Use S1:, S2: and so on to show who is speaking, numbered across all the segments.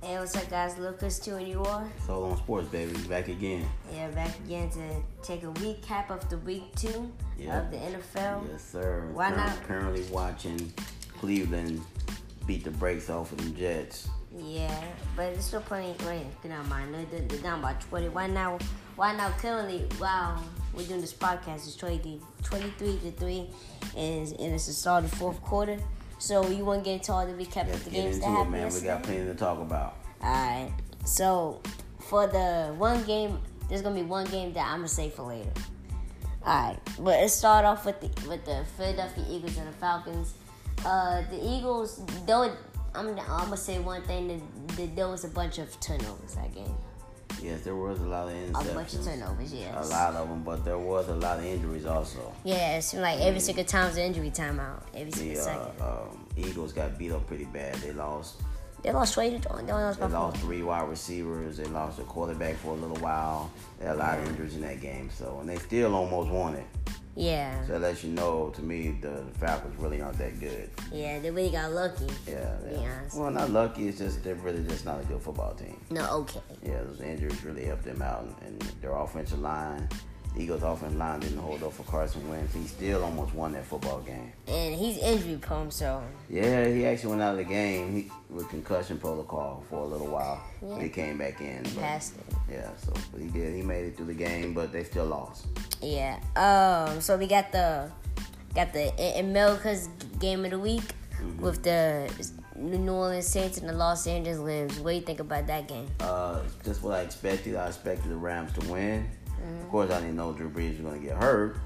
S1: what's up, guys? Lil Chris 2 and you are?
S2: So on sports, baby, back again.
S1: Yeah, back again to take a recap of the week two
S2: Yeah.
S1: of the NFL.
S2: Yes, sir.
S1: Why
S2: Curr-
S1: not?
S2: Currently watching Cleveland beat the brakes off of them Jets.
S1: Yeah, but it's still plenty. Wait, get out of mind. They're, they're down by 20. Why now? Why now? Currently, wow, we're doing this podcast. It's 23, 23 to 3, and, and it's the start of the fourth quarter. So, you want to get into all the recap
S2: Let's
S1: of the
S2: get
S1: games
S2: into
S1: that
S2: it,
S1: happened?
S2: man. We got
S1: yesterday?
S2: plenty to talk about.
S1: Alright. So for the one game, there's gonna be one game that I'm gonna save for later. Alright, but let's start off with the with the Philadelphia Eagles and the Falcons. Uh, the Eagles, though, I'm I'm gonna say one thing that, that there was a bunch of turnovers that game,
S2: Yes, there was a lot of
S1: a
S2: interceptions.
S1: bunch of turnovers.
S2: A
S1: Yes.
S2: lot of them, but there was a lot of injuries also.
S1: Yeah, it seemed like every
S2: Mm.
S1: single time's an injury timeout. Every single
S2: The uh,
S1: second.
S2: um, Eagles got beat up pretty bad. They lost.
S1: They lost straight. They only lost
S2: They
S1: by four.
S2: lost three wide receivers. They lost a quarterback for a little while. They had a lot of injuries in that game. So, and they still almost won it.
S1: Yeah.
S2: So that lets you know, to me, the Falcons really aren't that good.
S1: Yeah, they really got lucky.
S2: Yeah.
S1: To be
S2: yeah.
S1: honest.
S2: Well, not lucky. It's just they're really just not a good football team.
S1: No, okay.
S2: Yeah, those injuries really helped them out, and their offensive line, the Eagles' offensive line didn't hold up for Carson Wentz. He still almost won that football game.
S1: And he's injury prone, so
S2: Yeah, he actually went out of the game he, with concussion protocol for a little while.
S1: Yeah.
S2: He came back in. but-
S1: past it.
S2: Yeah, so but he did. He made it through the game, but they still lost.
S1: Yeah. Um. So we got the got the A- America's game of the week
S2: Mm-hmm.
S1: with the New Orleans Saints and the Los Angeles Rams. What do you think about that game?
S2: Uh, just what I expected. I expected the Rams to win. Of course, I didn't know Drew Brees was going to get hurt,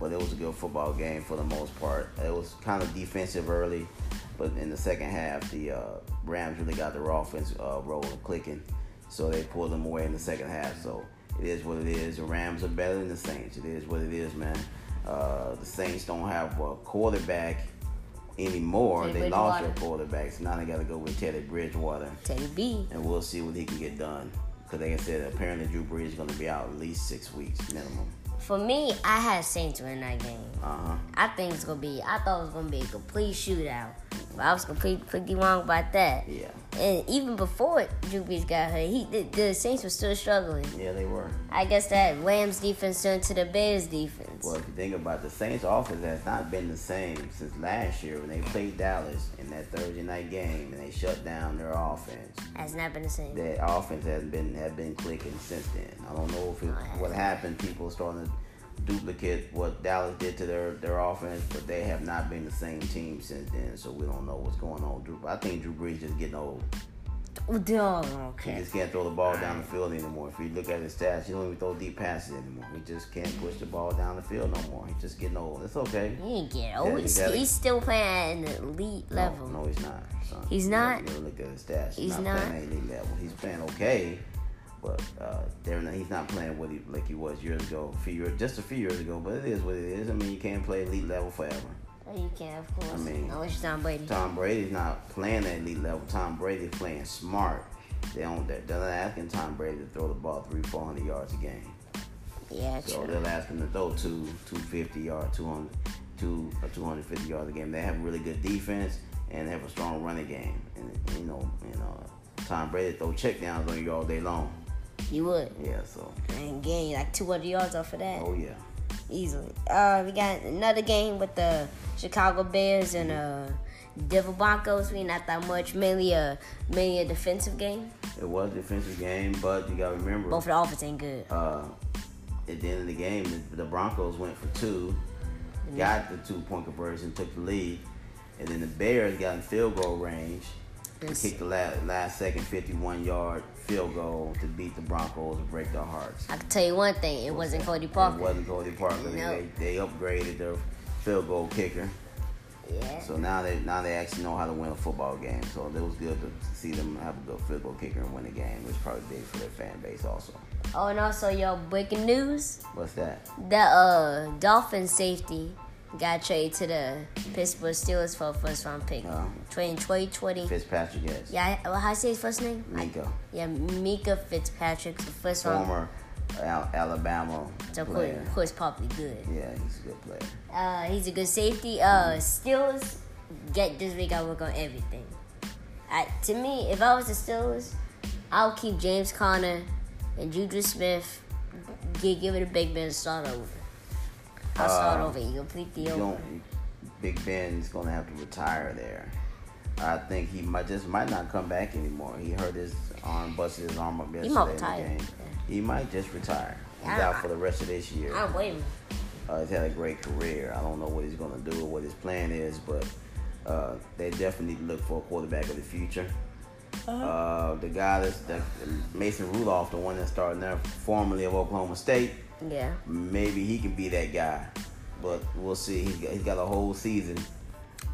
S2: but it was a good football game for the most part. It was kind of defensive early, but in the second half, the uh, Rams really got their offense uh, rolling, clicking, so they pulled them away in the second half. So it is what it is. The Rams are better than the Saints. It is what it is, man. Uh, the Saints don't have a quarterback anymore.
S1: Teddy
S2: They lost their
S1: Bridgewater.
S2: quarterbacks. now they got to go with Teddy Bridgewater
S1: Teddy B.
S2: and we'll see what he can get done. Because like I said, apparently Drew Brees is going to be out at least six weeks minimum.
S1: For me, I had Saints win that game.
S2: Uh huh.
S1: I think it's gonna be. I thought it was gonna be a complete shootout, but I was complete, completely wrong about that.
S2: Yeah.
S1: And even before Drew Brees got hurt, he the, the Saints were still struggling.
S2: Yeah, they were.
S1: I guess that Rams defense turned to the Bears defense.
S2: Well, if you think about it, the Saints' offense has not been the same since last year when they played Dallas in that Thursday night game and they shut down their offense.
S1: Has not been the same.
S2: That offense hasn't been have been clicking since then. I don't know if it, what happened. People starting to duplicate what Dallas did to their their offense, but they have not been the same team since then. So we don't know what's going on. Drew, I think Drew Brees just getting old.
S1: Oh, dog,
S2: He
S1: okay.
S2: just can't throw the ball down the field anymore. If you look at his stats, he don't even throw deep passes anymore. He just can't push the ball down the field no more. He's just getting old. It's okay.
S1: He ain't get old.
S2: you
S1: he's,
S2: gotta-
S1: he's still playing at an elite level.
S2: No, no, he's not. son.
S1: He's
S2: You
S1: not?
S2: gotta look at his stats.
S1: He's not?
S2: playing at elite level. He's playing okay, but uh, they're not, he's not playing what he, like he was years ago, a few years, just a few years ago. But it is what it is. I mean, you can't play elite level forever.
S1: Oh, you can, of course.
S2: I mean-
S1: unless you're Tom Brady.
S2: Tom Brady's not playing at elite level. Tom Brady's playing smart. They don't. They're not asking Tom Brady to throw the ball three, four hundred yards a game.
S1: yeah,
S2: So
S1: true.
S2: they'll ask them to throw two, 250 yard, 200, two, or 250 yards a game. They have really good defense and they have a strong running game. And you know, you know, Tom Brady throw checkdowns on you all day long.
S1: You would.
S2: Yeah. So,
S1: And gain like 200 yards off of that
S2: oh yeah,
S1: easily. Uh, we got another game with the Chicago Bears and uh,
S2: Mm-hmm.
S1: Devil Broncos. We not that much. Mainly a mainly a defensive game.
S2: it was a defensive game, but you got to remember,
S1: Both of the offense ain't good.
S2: uh, at the end of the game, the, the Broncos went for two,
S1: Mm-hmm.
S2: got the two point conversion, took the lead, and then the Bears got in field goal range. and
S1: Yes.
S2: kicked the last, last second 51 yard field goal to beat the Broncos and break their hearts.
S1: I can tell you one thing. It wasn't Cody Parker.
S2: It wasn't Cody Parker. They-
S1: No.
S2: They, they upgraded their field goal kicker.
S1: Yeah.
S2: So now they now they actually know how to win a football game. So it was good to see them have a good field goal kicker and win a game, which probably big for their fan base also.
S1: Oh, and also, y'all breaking news.
S2: What's that?
S1: That uh Dolphin safety got traded to the Pittsburgh Steelers for a first round pick.
S2: Oh.
S1: Twenty twenty twenty.
S2: Fitzpatrick is.
S1: Yeah, I- well, how you say his first name? I-
S2: Minka.
S1: yeah, Mika Fitzpatrick, the first round.
S2: Former Al- Alabama
S1: So of course,
S2: player.
S1: of course, probably good.
S2: Yeah, he's a good player.
S1: Uh, he's a good safety. Uh, Steelers get this week. I work on everything. I, to me, if I was the Steelers, I'll keep James Conner and Juju Smith. Give, give it a Big Ben. Start over. I'll start
S2: Uh,
S1: over. You complete the
S2: You
S1: over.
S2: don't, Big Ben's gonna have to retire there. I think he might just might not come back anymore. He hurt his arm, busted his arm up yesterday.
S1: might
S2: In
S1: retire.
S2: the game. He might just retire. He's
S1: Yeah,
S2: out
S1: I-
S2: for the rest of this year.
S1: I'm waiting.
S2: Uh, he's had a great career. I don't know what he's going to do or what his plan is, but uh, they definitely need to look for a quarterback of the future. Uh, the guy that's that Mason Rudolph, the one that's starting there, formerly of Oklahoma State,
S1: Yeah.
S2: maybe he can be that guy. But we'll see. He's got, he's got a whole season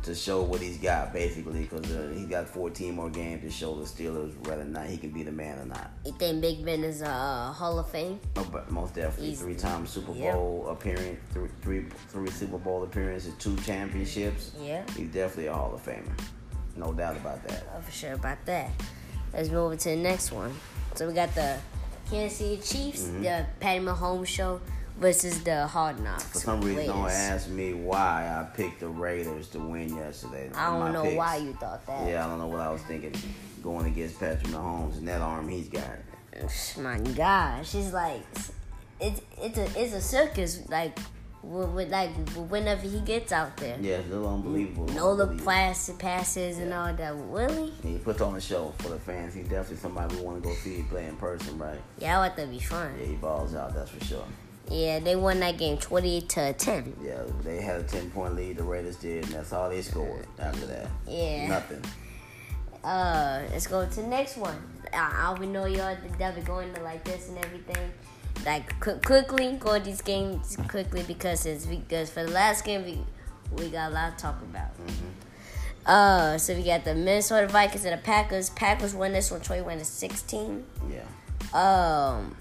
S2: to show what he's got, basically, because uh, he's got 14 more games to show the Steelers whether or not he can be the man or not.
S1: You think Big Ben is a uh, Hall of Fame?
S2: No, Oh, but most definitely
S1: He's-
S2: three time Super
S1: yeah.
S2: Bowl appearance, three, three, three Super Bowl appearances, two championships.
S1: Yeah.
S2: He's definitely a Hall of Famer. No doubt about that.
S1: I'm Oh, for sure about that. Let's move on to the next one. So we got the Kansas City Chiefs,
S2: Mm-hmm.
S1: the Patty Mahomes show versus the Hard Knocks.
S2: For some reason, don't
S1: Raiders.
S2: ask me why I picked the Raiders to win yesterday.
S1: I
S2: My
S1: don't know
S2: picks.
S1: why you thought that.
S2: Yeah, I don't know what I was thinking going against Patrick Mahomes and that arm he's got.
S1: My gosh, it's like it's it's a it's a circus. Like with, with like whenever he gets out there,
S2: Yeah, it's a little unbelievable.
S1: Nola
S2: Unbelievable.
S1: plastic passes and
S2: Yeah.
S1: all that. Really?
S2: He puts on a show for the fans. He's definitely somebody we want to go see play in person, right?
S1: Yeah, I thought that'd be
S2: Yeah,
S1: fun.
S2: he balls out, that's for sure.
S1: Yeah, they won that game twenty-eight to ten.
S2: Yeah, they had a ten point lead. The Raiders did, and that's all they scored after that.
S1: Yeah.
S2: nothing.
S1: Uh, let's go to the next one. I, I we know y'all that we going to like this and everything. Like qu- quickly go to these games quickly because it's because for the last game we we got a lot to talk about. Uh, so we got the Minnesota Vikings and the Packers. Packers won this one, 21 to 16.
S2: Yeah,
S1: Um,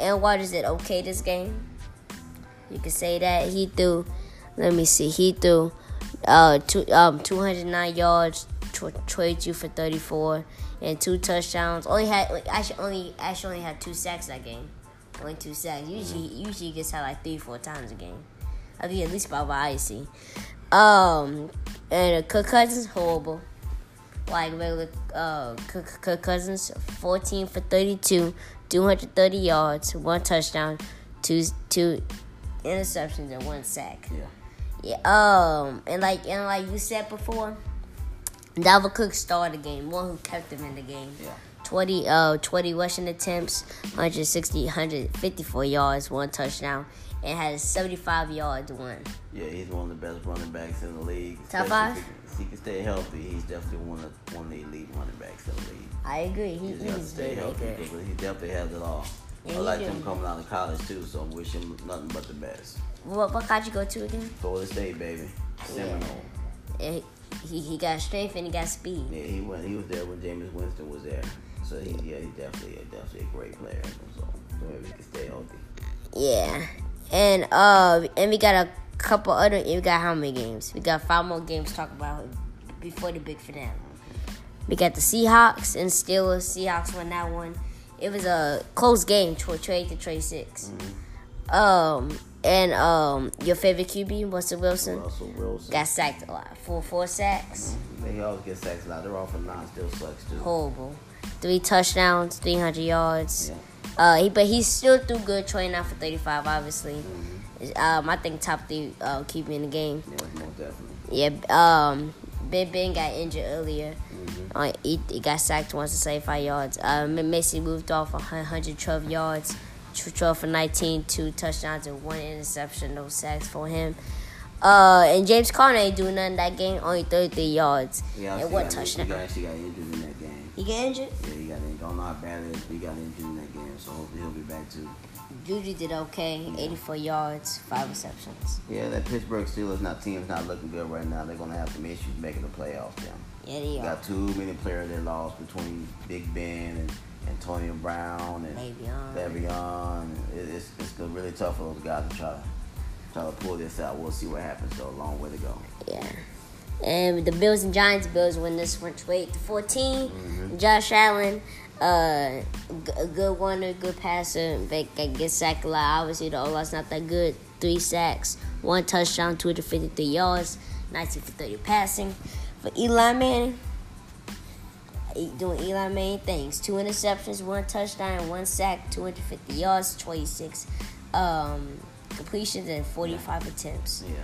S1: and Waters did okay this game. You can say that he threw. Let me see. He threw uh two um 209 yards, tw- 22 for 34, and two touchdowns. Only had like, actually only actually only had two sacks that game. Only two sacks. Usually usually he gets had like three four times a game. I think at least by what I see. Um, and Kirk Cousins horrible like regular uh, Kirk Kirk Cousins, 14 for 32, 230 yards, one touchdown, two two interceptions, and one sack.
S2: yeah,
S1: Yeah, um, and like and like you said before, Dalvin Cook started the game, one who kept him in the game.
S2: yeah.
S1: 20, uh, 20 rushing attempts, 160, 154 yards, one touchdown, and had 75 yards one.
S2: Yeah, he's one of the best running backs in the league.
S1: Top
S2: Especially
S1: five?
S2: If he, can- if he can stay healthy, he's definitely one of one of the elite running backs in the league.
S1: I agree.
S2: He
S1: He,
S2: just has to
S1: he's
S2: stay
S1: very
S2: healthy
S1: good.
S2: because he definitely has it all.
S1: Yeah,
S2: I
S1: he
S2: like
S1: do.
S2: him coming out of college too, so I wish him nothing but the best.
S1: What, what college you go to again?
S2: Florida State, baby, Seminole.
S1: And he, he got strength and he got speed.
S2: Yeah, he went. He was there when Jameis Winston was there. So he, yeah, he's definitely, definitely a great player. So, so maybe he can stay healthy.
S1: Yeah, and uh, and we got a couple other. We got how many games? We got five more games to talk about before the big finale. We got the Seahawks and Steelers. Seahawks won that one. It was a close game, tw- trade to trade 6 Um, and um, your favorite QB, Russell Wilson,
S2: Russell Wilson.
S1: got sacked a lot. Four four sacks.
S2: They always get sacks a lot. They're all for nine, still sucks too.
S1: Horrible. Three touchdowns, three hundred yards.
S2: Yeah.
S1: Uh, he, but he still threw good, 29 for 35, obviously.
S2: Mm-hmm.
S1: Um, I think top three uh, keep in the game.
S2: Yeah, most definitely.
S1: Yeah, um, Ben Ben got injured earlier. Uh, he, he got sacked once to 75 yards. Uh, Ma- Mason moved off a hun- 112 yards, tw- 12 for 19, two touchdowns and one interception, no sacks for him. Uh, and James Conner ain't doing nothing that game, only 33 yards
S2: Yeah,
S1: and one
S2: He got,
S1: touchdown.
S2: actually got injured in that game.
S1: He got injured.
S2: Yeah, he got injured. Don't know how bad it is, but he got injured in that game. So hopefully he'll be back too.
S1: Juju did okay, 84 yards, five receptions.
S2: Yeah, that Pittsburgh Steelers not team's not looking good right now. They're gonna have some issues making the playoffs. Them
S1: Yeah, they are.
S2: got too many players that lost between Big Ben and Antonio Brown and
S1: Le'Veon.
S2: Le'Veon. It, it's it's gonna really tough for those guys to try to try to pull this out. We'll see what happens. though. a long way to go.
S1: Yeah. And the Bills and Giants, Bills win this one 28 to 14. Josh Allen, uh, g- a good one, a good passer. They can get sacked a lot. Obviously, the O line's not that good. Three sacks, one touchdown, 253 yards, 19 for 30 passing. For Eli Manning, E- doing Eli Manning things. Two interceptions, one touchdown, one sack, 250 yards, 26 um, completions, and 45 attempts.
S2: Yeah,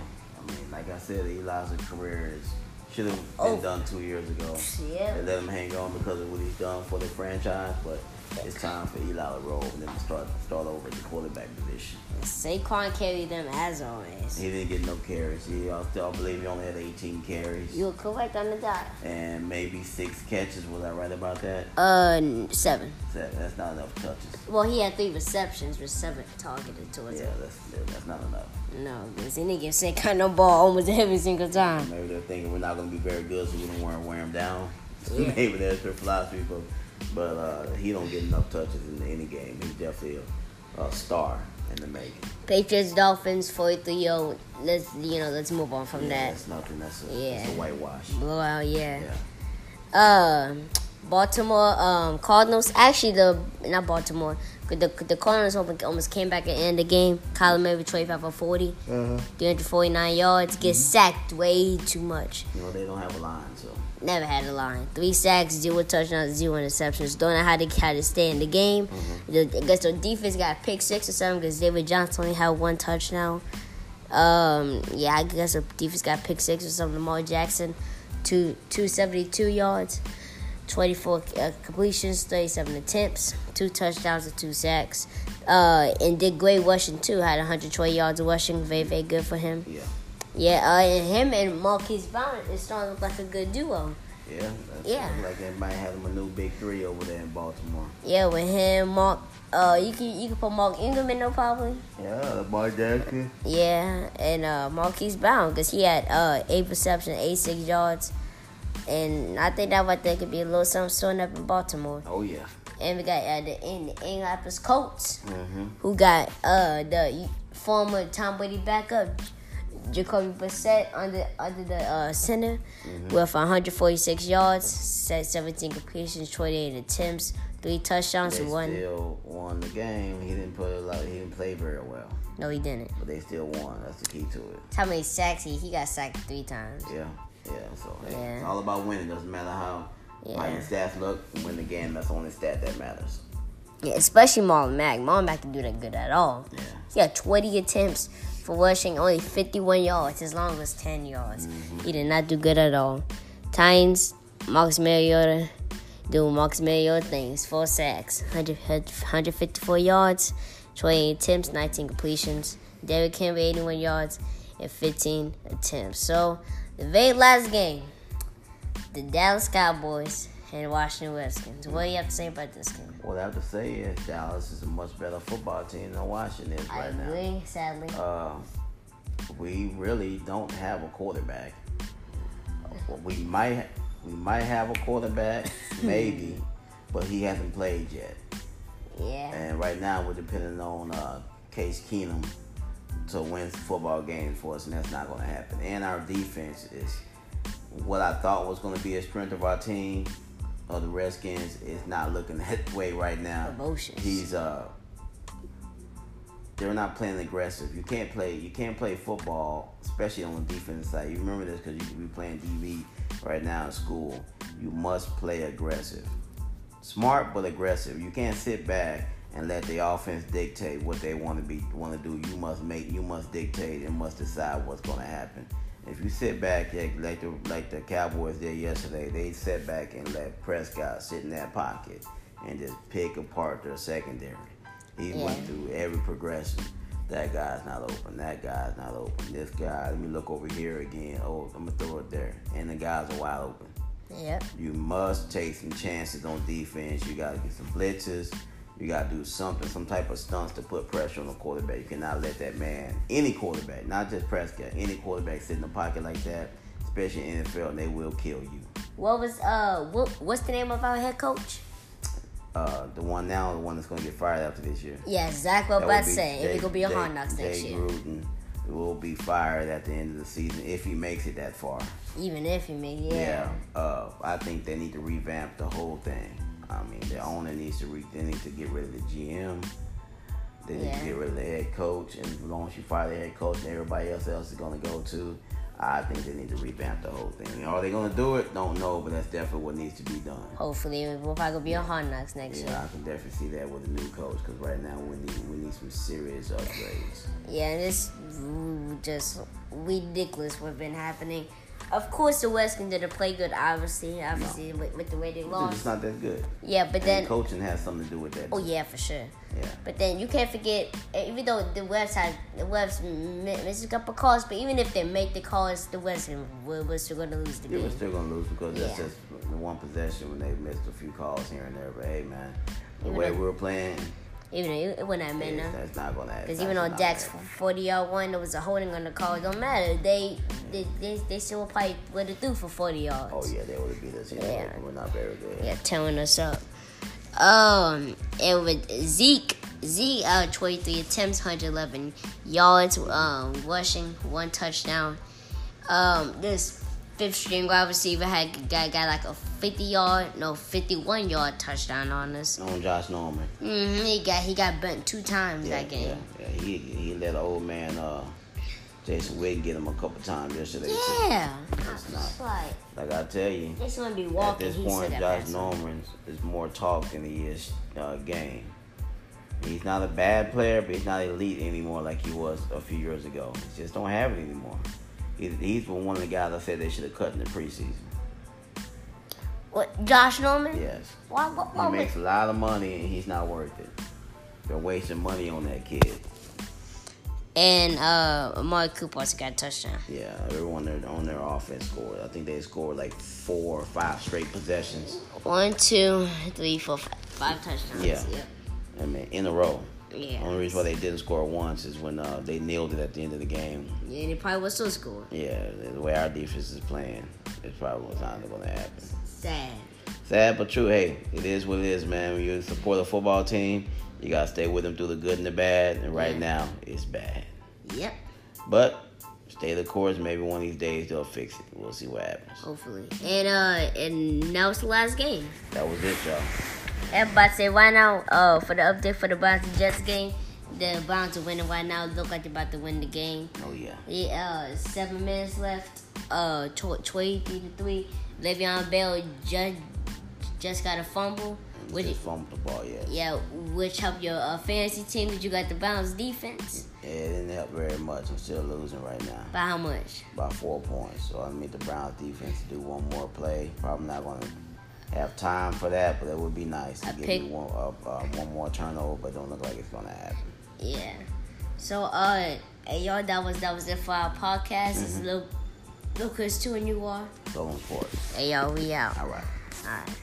S2: I mean, like I said, Eli's career is should have been
S1: Oh.
S2: done two years ago.
S1: Yeah.
S2: They let him hang on because of what he's done for the franchise, but it's time for Eli to roll and then start start over at the quarterback position.
S1: Saquon carried them as always.
S2: He didn't get no carries. He, I, still, I believe he only had 18 carries
S1: You were correct on the dot.
S2: and maybe six catches. Was I right about that?
S1: Uh, n- seven.
S2: That- That's not enough touches.
S1: Well, he had three receptions with seven targeted towards
S2: Yeah,
S1: him.
S2: that's that's not enough.
S1: No, because he didn't get Saquon no ball almost every single time.
S2: Maybe they're thinking we're not going to be very good, so we don't want to wear him down.
S1: Yeah.
S2: Maybe that's their philosophy, but but uh, he don't get enough touches in any game. He's definitely a, a star in the making.
S1: Patriots, Dolphins, 43-0. Let's, you know, let's move on from
S2: Yeah,
S1: that.
S2: that's nothing. That's a,
S1: Yeah.
S2: that's a whitewash.
S1: Blowout,
S2: Yeah,
S1: uh, Baltimore um, Cardinals. Actually, the not Baltimore. The, the Cardinals almost, almost came back and end the game. Kyler Murray with 25 for 40,
S2: Uh-huh.
S1: 349 yards. Gets sacked way too much.
S2: you know they don't have a line, so
S1: Never had a line. Three sacks, zero touchdowns, zero interceptions. Don't know how to how to stay in the game. The- I guess the defense got picked six or seven because David Johnson only had one touchdown. Um, yeah, I guess the defense got picked six or something. Lamar Jackson, two two seventy two yards, twenty four uh, completions, thirty seven attempts, two touchdowns and two sacks. Uh, and did great rushing too. Had one hundred twenty yards of rushing. Very very good for him.
S2: yeah,
S1: Yeah, uh, and him and Marquise Brown is starting to look like a good duo.
S2: yeah. That's,
S1: Yeah.
S2: Like they might have him a new big three over there in Baltimore.
S1: Yeah, with him, Mark. Uh, you can you can put Mark Ingram in there probably.
S2: Yeah, Lamar Jackson.
S1: Yeah, and uh, Marquise Brown because he had uh eight receptions, eight six yards, and I think that right there could be a little something starting up in Baltimore.
S2: Oh yeah.
S1: And we got uh, the in the Indianapolis Colts
S2: Mm-hmm.
S1: who got uh the former Tom Brady backup Jacoby Brissett under under the uh, center
S2: Mm-hmm.
S1: with 146 yards, set 17 completions, 28 attempts, three touchdowns,
S2: They
S1: and one.
S2: still won the game. He didn't put a lot. He didn't play very well,
S1: No, he didn't.
S2: but they still won. That's the key to it.
S1: How many sacks he? He got sacked three times.
S2: Yeah, yeah. So hey,
S1: Yeah.
S2: it's all about winning. Doesn't matter how
S1: Yeah.
S2: how your stats look. Win the game. That's the only stat that matters.
S1: Yeah, especially Marlon Mack. Marlon Mack didn't do that good at all.
S2: Yeah.
S1: He had 20 attempts for rushing, only 51 yards. His long was 10 yards.
S2: Mm-hmm.
S1: He did not do good at all. Titans, Marcus Mariota, doing Marcus Mariota things. Four sacks, 100, 154 yards, 20 attempts, 19 completions. Derrick Henry, 81 yards, and 15 attempts. So, the very last game, the Dallas Cowboys and Washington Redskins. What do you have to say about this game?
S2: What I have to say is Dallas is a much better football team than Washington is
S1: I
S2: right now.
S1: agree, sadly.
S2: Uh, we really don't have a quarterback. Well, We might we might have a quarterback, maybe, but he hasn't played yet.
S1: yeah.
S2: And right now we're depending on uh, Case Keenum to win football games for us, and that's not going to happen. And our defense is what I thought was going to be a strength of our team, of the Redskins, is not looking that way right now.
S1: Emotions.
S2: He's uh, they're not playing aggressive. You can't play. You can't play football, especially on the defense side. You remember this because you could be playing DB right now in school. You must play aggressive, smart but aggressive. You can't sit back and let the offense dictate what they want to be want to do. You must make. You must dictate and must decide what's going to happen. If you sit back like, like the like the Cowboys did yesterday, they sat back and let Prescott sit in that pocket and just pick apart their secondary. He
S1: Yeah.
S2: went through every progression. That guy's not open. That guy's not open. This guy, let me look over here again. Oh, I'm gonna throw it there, and the guys are wide open.
S1: Yep.
S2: You must take some chances on defense. You gotta get some blitzes. You gotta do something, some type of stunts to put pressure on the quarterback. You cannot let that man, any quarterback, not just Prescott, any quarterback sit in the pocket like that, especially in NFL, and they will kill you.
S1: What was uh what what's the name of our head coach?
S2: Uh, the one now, the one that's gonna get fired after this year.
S1: Yeah, Zach what
S2: That
S1: about
S2: would be
S1: say. It
S2: Jay-
S1: was gonna be a
S2: Jay-
S1: hard knocks next
S2: Jay
S1: year.
S2: Gruden will be fired at the end of the season if he makes it that far.
S1: Even if he made yeah.
S2: Uh, I think they need to revamp the whole thing. I mean, the owner needs to re- they need to get rid of the GM. They need
S1: Yeah.
S2: to get rid of the head coach, and as long as you fire the head coach, and everybody else else is gonna go too. I think they need to revamp the whole thing. Are they gonna do it? Don't know, but that's definitely what needs to be done.
S1: Hopefully, we'll probably gonna be on Hard Knocks next
S2: Yeah,
S1: year.
S2: I can definitely see that with a new coach because right now we need we need some serious upgrades.
S1: Yeah, and it's just ridiculous what's been happening. Of course, the West can didn't play good, obviously, obviously, with, with the way they
S2: It's
S1: lost.
S2: just not that good.
S1: Yeah, but
S2: And
S1: then,
S2: coaching has something to do with that.
S1: oh yeah, for sure.
S2: Yeah.
S1: But then you can't forget, even though the West had the West m- missed a couple calls, but even if they make the calls, the West was, was still going to lose the
S2: Yeah,
S1: game.
S2: we're still gonna lose because that's
S1: Yeah.
S2: just the one possession when they missed a few calls here and there. But hey, man, the
S1: Even
S2: way
S1: if-
S2: we were playing,
S1: Even though it wouldn't have
S2: it's-
S1: mattered.
S2: that's not gonna happen.
S1: Because even on Dak's 40 yard one, there was a holding on the call. It don't matter. They they, they, they still probably would have threw for 40 yards.
S2: Oh yeah, they would have beat us. Yeah,
S1: Yeah.
S2: we're not very good.
S1: Yeah, tearing us up. Um, and with Zeke, Zeke uh, 23 attempts, 111 yards, um, rushing, one touchdown. Um, this fifth string wide receiver had got, got like a 50 yard, no, 51 yard touchdown on us.
S2: On Josh Norman.
S1: hmm he got he got bent two times
S2: Yeah,
S1: that game.
S2: yeah, yeah. He he let old man uh, Jason Witten get him a couple times yesterday. too.
S1: Yeah,
S2: It's not.
S1: like
S2: Like I tell you,
S1: this one be
S2: at
S1: walking.
S2: this
S1: He
S2: point,
S1: said
S2: Josh
S1: that.
S2: Norman is more talk than he is uh, game. He's not a bad player, but he's not elite anymore like he was a few years ago. He just don't have it anymore. He's, he's one of the guys I said they should have cut in the preseason.
S1: What Josh Norman?
S2: Yes.
S1: Why? Why? why
S2: He
S1: would-
S2: makes a lot of money and he's not worth it. They're wasting money on that kid.
S1: and uh, Amari Cooper also got a touchdown.
S2: Yeah, everyone on their- on their offense scored. I think they scored like four or five straight possessions.
S1: One, two, three, four, five. Five touchdowns.
S2: Yeah.
S1: Yep.
S2: I mean, in a row.
S1: Yeah.
S2: Only reason why they didn't score once is when uh, they nailed it at the end of the game.
S1: Yeah, and it probably was still scoring.
S2: Yeah, the way our defense is playing, it probably was not going to happen.
S1: Sad.
S2: Sad but true. Hey, it is what it is, man. When you support a football team, you got to stay with them through the good and the bad. And right
S1: Yeah.
S2: now, it's bad.
S1: Yep.
S2: But stay the course. Maybe one of these days they'll fix it. We'll see what happens.
S1: Hopefully. And uh, and that was the last game.
S2: That was it, y'all.
S1: Everybody say right now. Uh, for the update for the Browns and Jets game, the Browns are winning right now. Look like they're about to win the game.
S2: Oh, yeah.
S1: Yeah, uh, seven minutes left. Uh, tw- twenty-three to three. Le'Veon Bell just just got a fumble.
S2: We
S1: Which
S2: just fumbled the ball, yeah.
S1: yeah, which helped your uh, fantasy team because you got the Browns defense.
S2: yeah. It didn't help very much. I'm still losing right now.
S1: By how much?
S2: by four points. So I need the Browns defense to do one more play. Probably not going to have time for that, but it would be nice to
S1: I
S2: give
S1: pick-
S2: you one, uh, uh, one more turnover. But don't look like it's going to happen.
S1: Yeah. So uh, hey, y'all, that was that was it for our podcast. It's Lil Lil Chris two and you are.
S2: Golden Sports.
S1: Hey y'all, we out.
S2: All right.
S1: All right.